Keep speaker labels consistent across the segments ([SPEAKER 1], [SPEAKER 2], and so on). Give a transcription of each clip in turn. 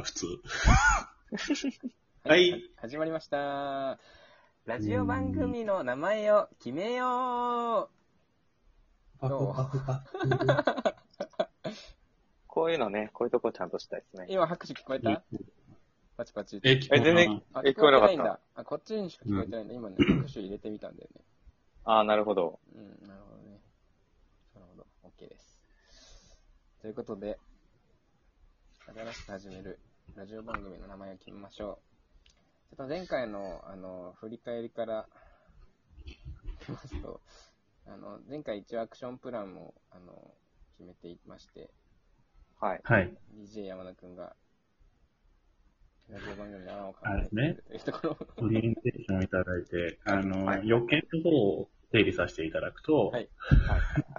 [SPEAKER 1] 普通。はい
[SPEAKER 2] 始まりました。ラジオ番組の名前を決めよ
[SPEAKER 1] パ
[SPEAKER 2] クパ
[SPEAKER 1] クパ
[SPEAKER 3] こういうのね、こういうとこちゃんとしたいです
[SPEAKER 2] う
[SPEAKER 3] ね。
[SPEAKER 2] 今拍手聞こえたパチパチって。
[SPEAKER 1] え、聞こえた
[SPEAKER 3] え全然
[SPEAKER 2] あ、
[SPEAKER 3] え
[SPEAKER 2] 聞こえてないん
[SPEAKER 3] 聞こえなか
[SPEAKER 2] だ。あ、こっちにしか聞こえてないんだ。今ね、拍手入れてみたんだよね。
[SPEAKER 3] ああ、なるほど。
[SPEAKER 2] うん、なるほどね。なるほど。OK です。ということで、新しく始めるラジオ番組の名前を決めましょう。ちょっと前回の、あの、振り返りから、いきますと、あの、前回一応アクションプランも、あの、決めていまして、
[SPEAKER 3] はい。
[SPEAKER 1] はい。
[SPEAKER 2] DJ 山田くんが、ラジオ番組の案を考
[SPEAKER 1] あれ
[SPEAKER 2] え
[SPEAKER 1] で
[SPEAKER 2] て
[SPEAKER 1] すね
[SPEAKER 2] くれるというところ。
[SPEAKER 1] オリエンテーションをいただいて、あの、
[SPEAKER 3] はい
[SPEAKER 1] 要件の方を整理させていただくと、
[SPEAKER 2] はい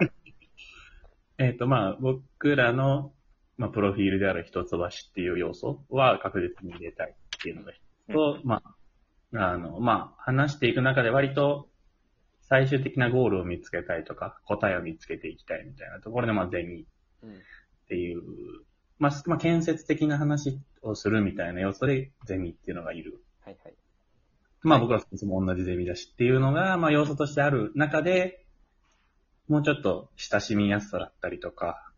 [SPEAKER 1] えっ、と、まあ、僕らの、まあ、プロフィールである一橋っていう要素は確実に入れたいっていうのが一つと、まあ、あの、まあ、話していく中で割と最終的なゴールを見つけたいとか、答えを見つけていきたいみたいなところで、まあ、ゼミ
[SPEAKER 2] うん。
[SPEAKER 1] っていう、まあ、すまあ、建設的な話をするみたいな要素でゼミっていうのがいる。
[SPEAKER 2] はいはい。
[SPEAKER 1] まあ僕らいつも同じゼミだしっていうのが、まあ要素としてある中で、もうちょっと親しみやすさだったりとか、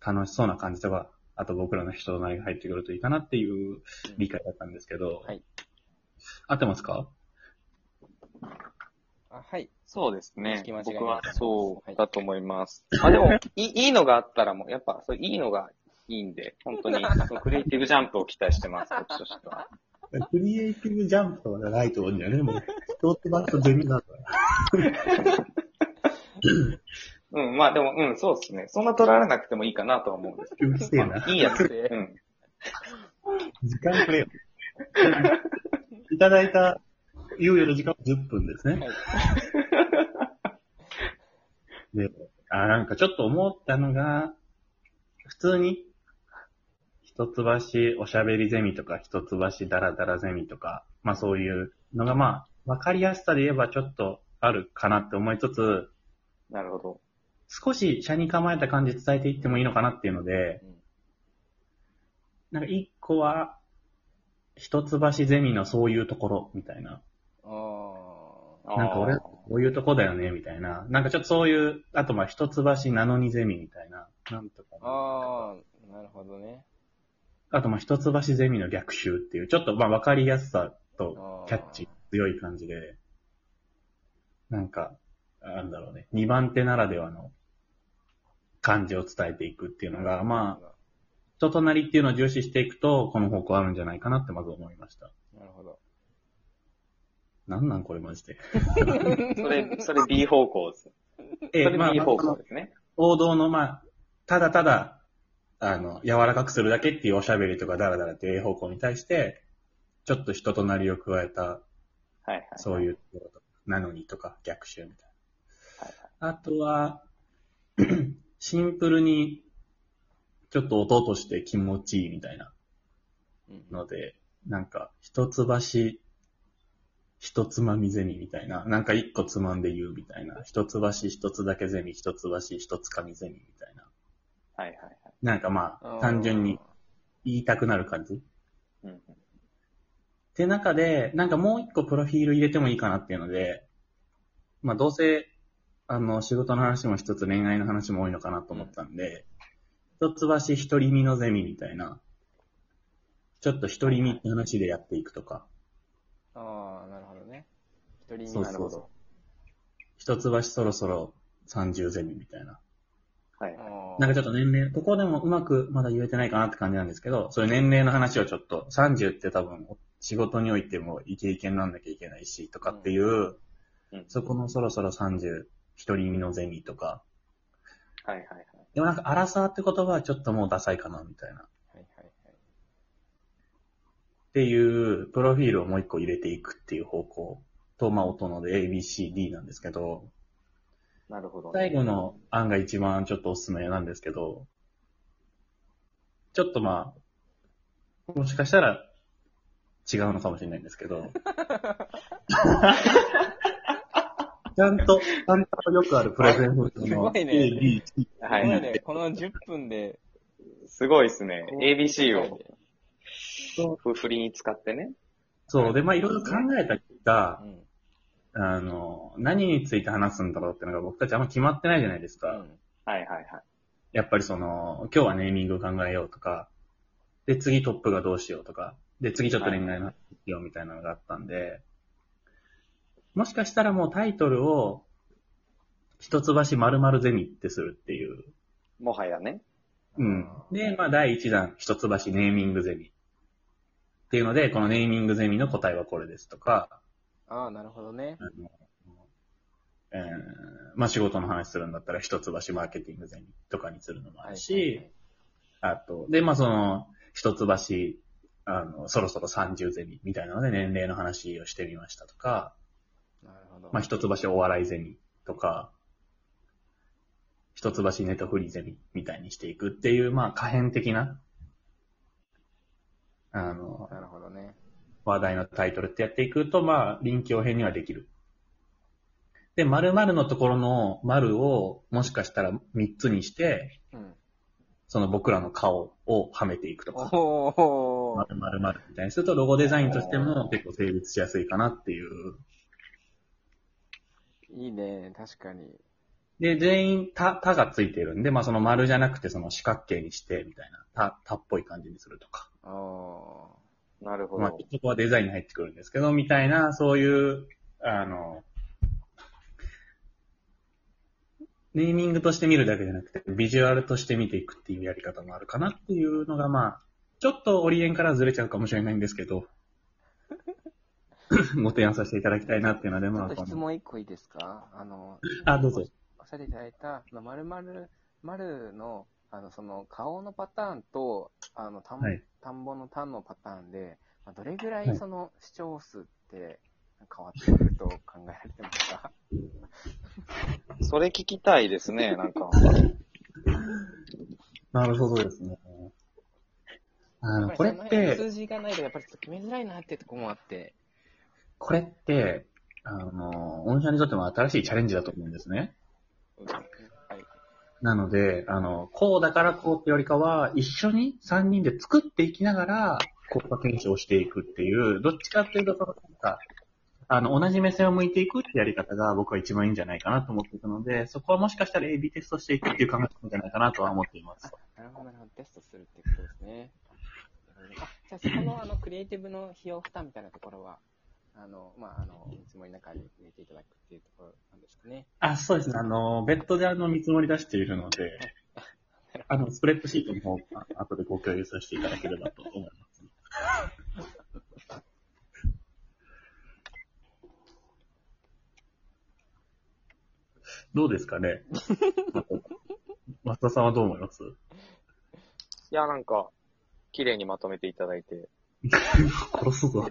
[SPEAKER 1] 楽しそうな感じとか、あと僕らの人となりが入ってくるといいかなっていう理解だったんですけど、
[SPEAKER 2] はい
[SPEAKER 1] 合ってますか
[SPEAKER 2] あ、はい。
[SPEAKER 3] そうですね
[SPEAKER 2] 隙間違。いない
[SPEAKER 3] 僕はそ
[SPEAKER 2] はいう
[SPEAKER 3] だと思います。あ、でも、いいいいのがあったらもう、やっぱ、そういいのがいいんで、本当に、そのクリエイティブジャンプを期待してます、こっちとしては。
[SPEAKER 1] クリエイティブジャンプとかじゃないと思うんだよね、もう。人ってばっかゼミなんだ
[SPEAKER 3] うん、まあでも、うん、そうですね。そんな取られなくてもいいかなとは思うんです
[SPEAKER 1] うるせ
[SPEAKER 3] けど、まあいいやつ。
[SPEAKER 2] で
[SPEAKER 3] うん。
[SPEAKER 1] 時間くれよ。いただいた猶予の時間は10分ですね。で、あ、なんかちょっと思ったのが、普通に、一橋おしゃべりゼミとか、一橋ダラダラゼミとか、まあそういうのがまあ、わかりやすさで言えばちょっとあるかなって思いつつ、
[SPEAKER 3] なるほど。
[SPEAKER 1] 少し車に構えた感じ伝えていってもいいのかなっていうので、
[SPEAKER 2] うん
[SPEAKER 1] なんか一個は、一橋ゼミのそういうところみたいな。
[SPEAKER 2] ああ。
[SPEAKER 3] あー
[SPEAKER 1] なんか俺、こういうとこだよね、みたいな。なんかちょっとそういう、あとまあ一橋なのにゼミみたいな。なんとか。
[SPEAKER 2] ああ、なるほどね。
[SPEAKER 1] あとまあ一橋ゼミの逆襲っていう、ちょっとまあわかりやすさとキャッチ強い感じで、なんか、なんだろうね、二番手ならではの感じを伝えていくっていうのが、まあ、人となりっていうのを重視していくと、この方向あるんじゃないかなってまず思いました。
[SPEAKER 2] あ。なるほど。
[SPEAKER 1] なんなんこれマジで。
[SPEAKER 3] それ、それ B 方向です。 そ
[SPEAKER 1] え
[SPEAKER 3] れ
[SPEAKER 1] えまあ
[SPEAKER 3] B 方向ですね。
[SPEAKER 1] 王道の、まあ、ただただ、あの、柔らかくするだけっていうおしゃべりとかダラダラっていう A 方向に対して、ちょっと人となりを加えた、
[SPEAKER 3] はいはい。
[SPEAKER 1] そう
[SPEAKER 3] う。
[SPEAKER 1] いうところとか、なのにとか、逆襲みたいな。あとは、 シンプルに、ちょっと音として気持ちいいみたいな
[SPEAKER 2] うん
[SPEAKER 1] ので、なんか、一橋、一つまみゼミみたいな、なんか一個つまんで言うみたいな、一橋一つだけゼミ、一橋一つかみゼミみたいな。
[SPEAKER 3] はいはいはい。
[SPEAKER 1] なんかまあ、単純に。言いたくなる感じ。
[SPEAKER 3] うんうん。
[SPEAKER 1] で、中で、なんかもう一個プロフィール入れてもいいかなっていうので、まあどうせ、あの、仕事の話も一つ恋愛の話も多いのかなと思ったんで、一橋一人身のゼミみたいな、ちょっと一人身って話でやっていくとか、
[SPEAKER 2] ああ、なるほどね。一人
[SPEAKER 1] そ
[SPEAKER 2] に
[SPEAKER 1] う
[SPEAKER 2] なる
[SPEAKER 1] そ
[SPEAKER 2] ほ
[SPEAKER 1] う
[SPEAKER 2] ど
[SPEAKER 1] そ。一橋そろそろ30ゼミみたいな。
[SPEAKER 3] はい。
[SPEAKER 2] あー
[SPEAKER 1] なんかちょっと年齢、ここでもうまくまだ言えてないかなって感じなんですけど、そういう年齢の話をちょっと、30って多分仕事においてもイケイケになんなきゃいけないし、とかっていう、
[SPEAKER 3] うん
[SPEAKER 1] そこのそろそろ30、一人身のゼミとか、
[SPEAKER 3] はいはいはい。
[SPEAKER 1] でもなんか荒さって言葉はちょっともうダサいかな、みたいな。っ
[SPEAKER 2] はいはいはい。
[SPEAKER 1] ていう、プロフィールをもう一個入れていくっていう方向と、まあ音ので ABCD なんですけど、
[SPEAKER 3] なるほど、
[SPEAKER 1] 最後の案が一番ちょっとおすすめなんですけど、ちょっとまあ、もしかしたら違うのかもしれないんですけ ど、ちゃんと、ちゃんとよくあるプレゼンフード
[SPEAKER 2] す
[SPEAKER 1] の
[SPEAKER 2] ご
[SPEAKER 1] A、
[SPEAKER 2] いね
[SPEAKER 1] B、C
[SPEAKER 3] は
[SPEAKER 2] これ
[SPEAKER 3] い。
[SPEAKER 2] ね、この10分で、
[SPEAKER 3] すごいですね。ABC を
[SPEAKER 1] と、
[SPEAKER 3] ふ振りに使ってね。
[SPEAKER 1] そう、で、まあいろいろ考えた結果
[SPEAKER 2] う、ん。
[SPEAKER 1] あの、何について話すんだろうってのが僕たちあんま決まってないじゃないです
[SPEAKER 2] う
[SPEAKER 1] か。
[SPEAKER 2] ん。
[SPEAKER 3] はいはいはい。
[SPEAKER 1] やっぱりその、今日はネーミングを考えようとか、で、次トップがどうしようとか、で、次ちょっと恋愛の話しようみたいなのがあったんで、もしかしたらもうタイトルを、一橋〇〇ゼミってするっていう。
[SPEAKER 3] もはやね。
[SPEAKER 1] うん。で、まあ、第1弾、一橋ネーミングゼミ。っていうので、このネーミングゼミの答えはこれですとか、
[SPEAKER 2] ああ、なるほどね。
[SPEAKER 1] あの、えーまあ、仕事の話するんだったら、一橋マーケティングゼミとかにするのもあるし、あと、で、まあ、その、一橋、あの、そろそろ30ゼミみたいなので、年齢の話をしてみましたとか、
[SPEAKER 2] なるほど。
[SPEAKER 1] まあ、一橋お笑いゼミとか、一橋ネトフリゼミみたいにしていくっていう、まあ、可変的な、あの、
[SPEAKER 2] なるほどね。
[SPEAKER 1] 話題のタイトルってやっていくと、まあ、臨機応変にはできる。で、〇〇のところの〇を、もしかしたら3つにして、
[SPEAKER 2] うん。
[SPEAKER 1] その僕らの顔をはめていくとか。
[SPEAKER 2] おお。
[SPEAKER 1] 〇〇〇みたいにすると、ロゴデザインとしても結構成立しやすいかなっていう。
[SPEAKER 2] いいね。確かに。
[SPEAKER 1] で、全員、た、たがついてるんで、まあその丸じゃなくてその四角形にして、みたいな、た、たっぽい感じにするとか。
[SPEAKER 2] おお
[SPEAKER 3] なるほ
[SPEAKER 1] まあ
[SPEAKER 3] ど。
[SPEAKER 1] そこはデザインに入ってくるんですけど、みたいな、そういう、あの、ネーミングとして見るだけじゃなくて、ビジュアルとして見ていくっていうやり方もあるかなっていうのが、まあ、ちょっとオリエンからはずれちゃうかもしれないんですけど、 ご提案させていただきたいなっていうので、
[SPEAKER 2] ー。ち
[SPEAKER 1] まあ、
[SPEAKER 2] ょっと
[SPEAKER 1] こ
[SPEAKER 2] 質
[SPEAKER 1] の
[SPEAKER 2] 問一個いいですかあの、
[SPEAKER 1] あ、どうぞ。
[SPEAKER 2] おっしゃっていただいた、その〇〇、〇の、あの、その、顔のパターンと、あの、田ん,、
[SPEAKER 1] はい
[SPEAKER 2] 田んぼの単のパターンで、まあ、どれぐら
[SPEAKER 1] はいい
[SPEAKER 2] その視聴数って変わってくると考えられてますか
[SPEAKER 3] それ聞きたいです ね、なんか。
[SPEAKER 1] なるほどですね。 あの、これっ
[SPEAKER 2] やぱりその辺数
[SPEAKER 1] て、
[SPEAKER 2] 字がないと、やっぱりちょっと決めづらいなってとこもあって。
[SPEAKER 1] これって、あの、御社にとっても新しいチャレンジだと思うんですね。
[SPEAKER 2] はい。
[SPEAKER 1] なので、あの、こうだからこうってよりかは、一緒に3人で作っていきながら、国家検証をしていくっていう、どっちかっていうと、そのなんか、あの、同じ目線を向いていくってやり方が僕は一番いいんじゃないかなと思っているので、そこはもしかしたら AB テストしていくっていう考え方じゃないかなとは思っています。
[SPEAKER 2] なるほど、なるほど。テストするってことですね。あ、じゃあそこの、あの、クリエイティブの費用負担みたいなところは、あの、まあ、あの、見積もりの中に入れていただくっていうところなんですかね。
[SPEAKER 1] あ、そうですね。あの、別途であの、見積もり出しているので、 あの、スプレッドシートの方、あ後でご共有させていただければと思います。どうですかね松田さんはどう思います
[SPEAKER 3] いや、なんか、綺麗にまとめていただいて。
[SPEAKER 1] 殺すぞ。
[SPEAKER 2] 綺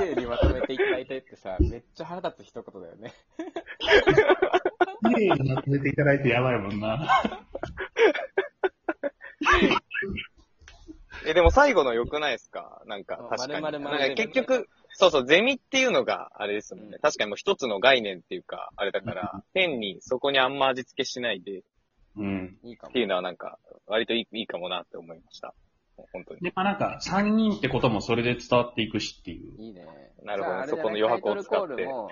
[SPEAKER 2] 麗にまとめていただいてってさ、めっちゃ腹立つ一言だよね。
[SPEAKER 1] 綺麗にまとめていただいてやばいもんな。
[SPEAKER 3] え、でも最後の良くないですかなんか
[SPEAKER 2] そう、
[SPEAKER 3] 確かに。
[SPEAKER 2] 丸々
[SPEAKER 3] なんか
[SPEAKER 2] 丸々
[SPEAKER 3] 結局、そうそう、ゼミっていうのが、あれですもん
[SPEAKER 2] う
[SPEAKER 3] ね
[SPEAKER 2] ん。
[SPEAKER 3] 確かにもう一つの概念っていうか、あれだから、変にそこにあんま味付けしないでっ
[SPEAKER 1] うん。
[SPEAKER 2] いいかも
[SPEAKER 3] て。いうのはなんか、割といいいいかもなって思いました。本当に。
[SPEAKER 1] で、まあなんか、3人ってこともそれで伝わっていくしっていう。
[SPEAKER 2] いいね。
[SPEAKER 3] なるほど
[SPEAKER 2] じゃああれだね
[SPEAKER 3] そこの余白を使っ
[SPEAKER 2] タイトルコール
[SPEAKER 3] て
[SPEAKER 2] も、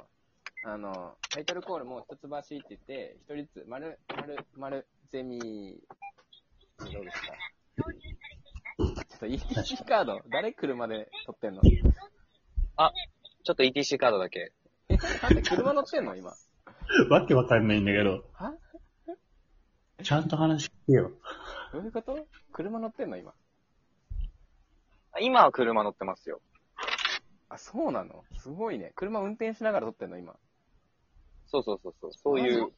[SPEAKER 2] あの、タイトルコールも一橋って言って、一人ずつ、丸、丸、丸、ゼミ、どうですかちょっと ETC カード、誰車で撮ってんの
[SPEAKER 3] ちょっと ETC カードだけ。
[SPEAKER 2] え、なんで車乗ってんの今。
[SPEAKER 1] わけわかんないんだけど、
[SPEAKER 2] は
[SPEAKER 1] ちゃんと話聞けよ。
[SPEAKER 2] どういうこと車乗ってんの今。
[SPEAKER 3] 今は車乗ってますよ。
[SPEAKER 2] あ、そうなのすごいね。車運転しながら撮ってんの今。
[SPEAKER 3] そうそうそうそう。そうい
[SPEAKER 2] マ
[SPEAKER 3] う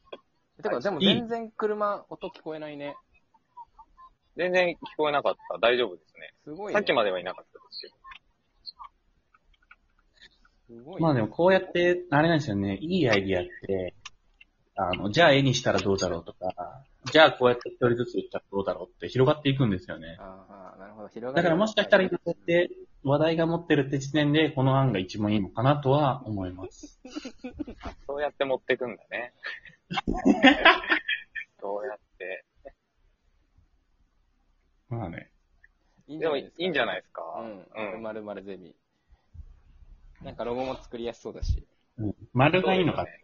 [SPEAKER 2] ジ、てか、でも全然車、音聞こえないね。
[SPEAKER 3] 全然聞こえなかった。大丈夫ですね。
[SPEAKER 2] すごいね。
[SPEAKER 3] さっきまではいなかったですけど。
[SPEAKER 2] すごいね、
[SPEAKER 1] まあでもこうやって、あれなんですよね、いいアイディアって、あの、じゃあ絵にしたらどうだろうとか、じゃあこうやって一人ずつ言ったらどうだろうって広がっていくんですよね。
[SPEAKER 2] ああ、なるほど。広がり
[SPEAKER 1] だからもしかしたら今こうやって話題が持ってるって時点で、この案が一番いいのかなとは思います。
[SPEAKER 3] そうやって持ってくん だね。そうやって。
[SPEAKER 1] まあね。
[SPEAKER 2] いいんじ
[SPEAKER 3] で
[SPEAKER 2] ゃ
[SPEAKER 3] も、
[SPEAKER 2] ない
[SPEAKER 3] い
[SPEAKER 2] ですか。
[SPEAKER 3] いんじゃないですか。
[SPEAKER 2] うん。まるまるゼミ。なんかロゴも作りやすそうだし。
[SPEAKER 1] うん、丸がいいのか、
[SPEAKER 3] そうです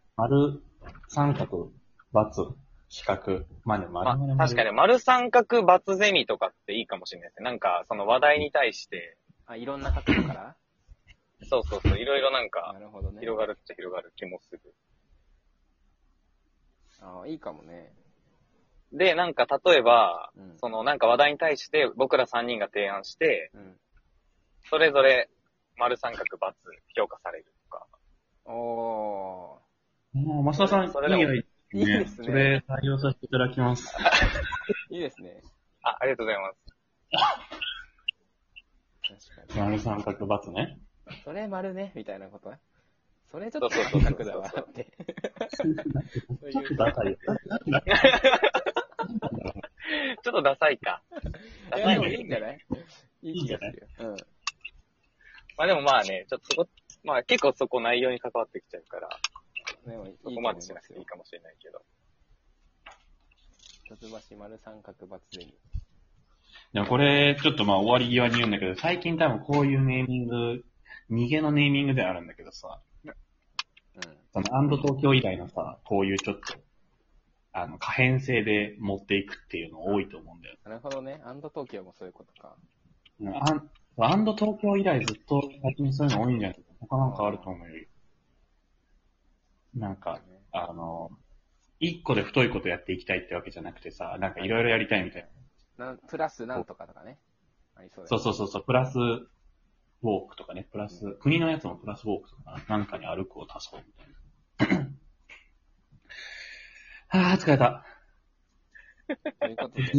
[SPEAKER 3] ね
[SPEAKER 1] 丸、三角、バツ、四角。まあね、丸
[SPEAKER 3] まあ
[SPEAKER 1] 丸丸
[SPEAKER 3] 確かに、丸三角×ゼミとかっていいかもしれないですね。なんか、その話題に対して、
[SPEAKER 2] あ、いろんな角度から
[SPEAKER 3] そうそうそう、いろいろなん
[SPEAKER 2] な
[SPEAKER 3] か、
[SPEAKER 2] るほどね。
[SPEAKER 3] 広がるっちゃ広がる気もする。
[SPEAKER 2] あいいかもね。
[SPEAKER 3] で、なんか、例えば、
[SPEAKER 2] うん。
[SPEAKER 3] その、なんか話題に対して、僕ら3人が提案して、
[SPEAKER 2] うん。
[SPEAKER 3] それぞれ、丸三角×評価されるとか。
[SPEAKER 2] お
[SPEAKER 1] もう、増田さん、
[SPEAKER 3] それでも
[SPEAKER 1] いいアイデア
[SPEAKER 2] いいですね
[SPEAKER 1] それ採用させていただきます。
[SPEAKER 2] ー。いいですね。
[SPEAKER 3] あ、ありがとうございます。
[SPEAKER 2] 確かに。
[SPEAKER 1] 丸三角バツね。
[SPEAKER 2] それ丸ね、みたいなことそれちょ
[SPEAKER 3] ょ
[SPEAKER 2] っと
[SPEAKER 3] っと
[SPEAKER 2] 三角だわ
[SPEAKER 3] そうそ
[SPEAKER 2] っ
[SPEAKER 3] うそう
[SPEAKER 2] て。そう
[SPEAKER 1] ちょっ
[SPEAKER 2] い
[SPEAKER 1] と
[SPEAKER 2] う。
[SPEAKER 1] ダ サいよ。
[SPEAKER 3] ちょっとダサいか。ダ
[SPEAKER 2] い
[SPEAKER 3] サ
[SPEAKER 2] や、
[SPEAKER 3] い
[SPEAKER 2] でも
[SPEAKER 3] ね
[SPEAKER 2] いいんじゃないいい気がするよ。うん。
[SPEAKER 3] まあでもまあね、ちょっとそこ、まあ結構そこ内容に関わってきちゃうから、
[SPEAKER 2] でもいいと
[SPEAKER 3] そ
[SPEAKER 2] 思
[SPEAKER 3] こ
[SPEAKER 2] い
[SPEAKER 3] ま
[SPEAKER 2] ま
[SPEAKER 3] ですし
[SPEAKER 2] よ
[SPEAKER 3] なく。ていいかもしれないけど。
[SPEAKER 2] 一橋丸三角バツゼミ。
[SPEAKER 1] でもこれ、ちょっとまあ終わり際に言うんだけど、最近多分こういうネーミング、逃げのネーミングではあるんだけどさ、
[SPEAKER 2] うん。
[SPEAKER 1] そのアンド東京以来のさ、こういうちょっと、あの、可変性で持っていくっていうの多いと思うんだよ。
[SPEAKER 2] なるほどね。アンド東京もそういうことか。
[SPEAKER 1] うんアンアンド東京以来ずっと先にそういうの多いんじゃない他なんかあると思うよ。なんか、あの、一個で太いことやっていきたいってわけじゃなくてさ、なんかいろいろやりたいみたいな。
[SPEAKER 2] なんプラスなんとかとかね。ありそうだ
[SPEAKER 1] そう
[SPEAKER 2] よね
[SPEAKER 1] そうそうそう、プラスウォークとかね、プラス、国のやつもプラスウォークとかな、なんかに歩くを足そうみたい な。ああ、疲れた。
[SPEAKER 2] ということで。